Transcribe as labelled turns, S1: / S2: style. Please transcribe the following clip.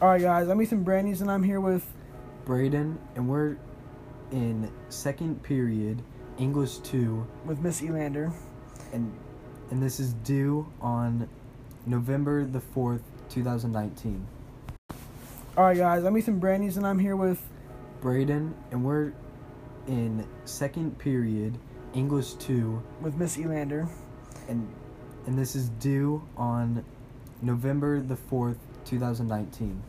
S1: All right, guys. I'm Ethan Brandes, and I'm here with.
S2: Braden, and we're in second period, English 2,
S1: with Miss Elander.
S2: and and this is due on November the 4th, 2019.
S1: All right, guys. I'm Ethan Brandes, and I'm here with.
S2: Braden, and we're in second period, English 2,
S1: with Miss Elander.
S2: and and this is due on November the 4th, 2019.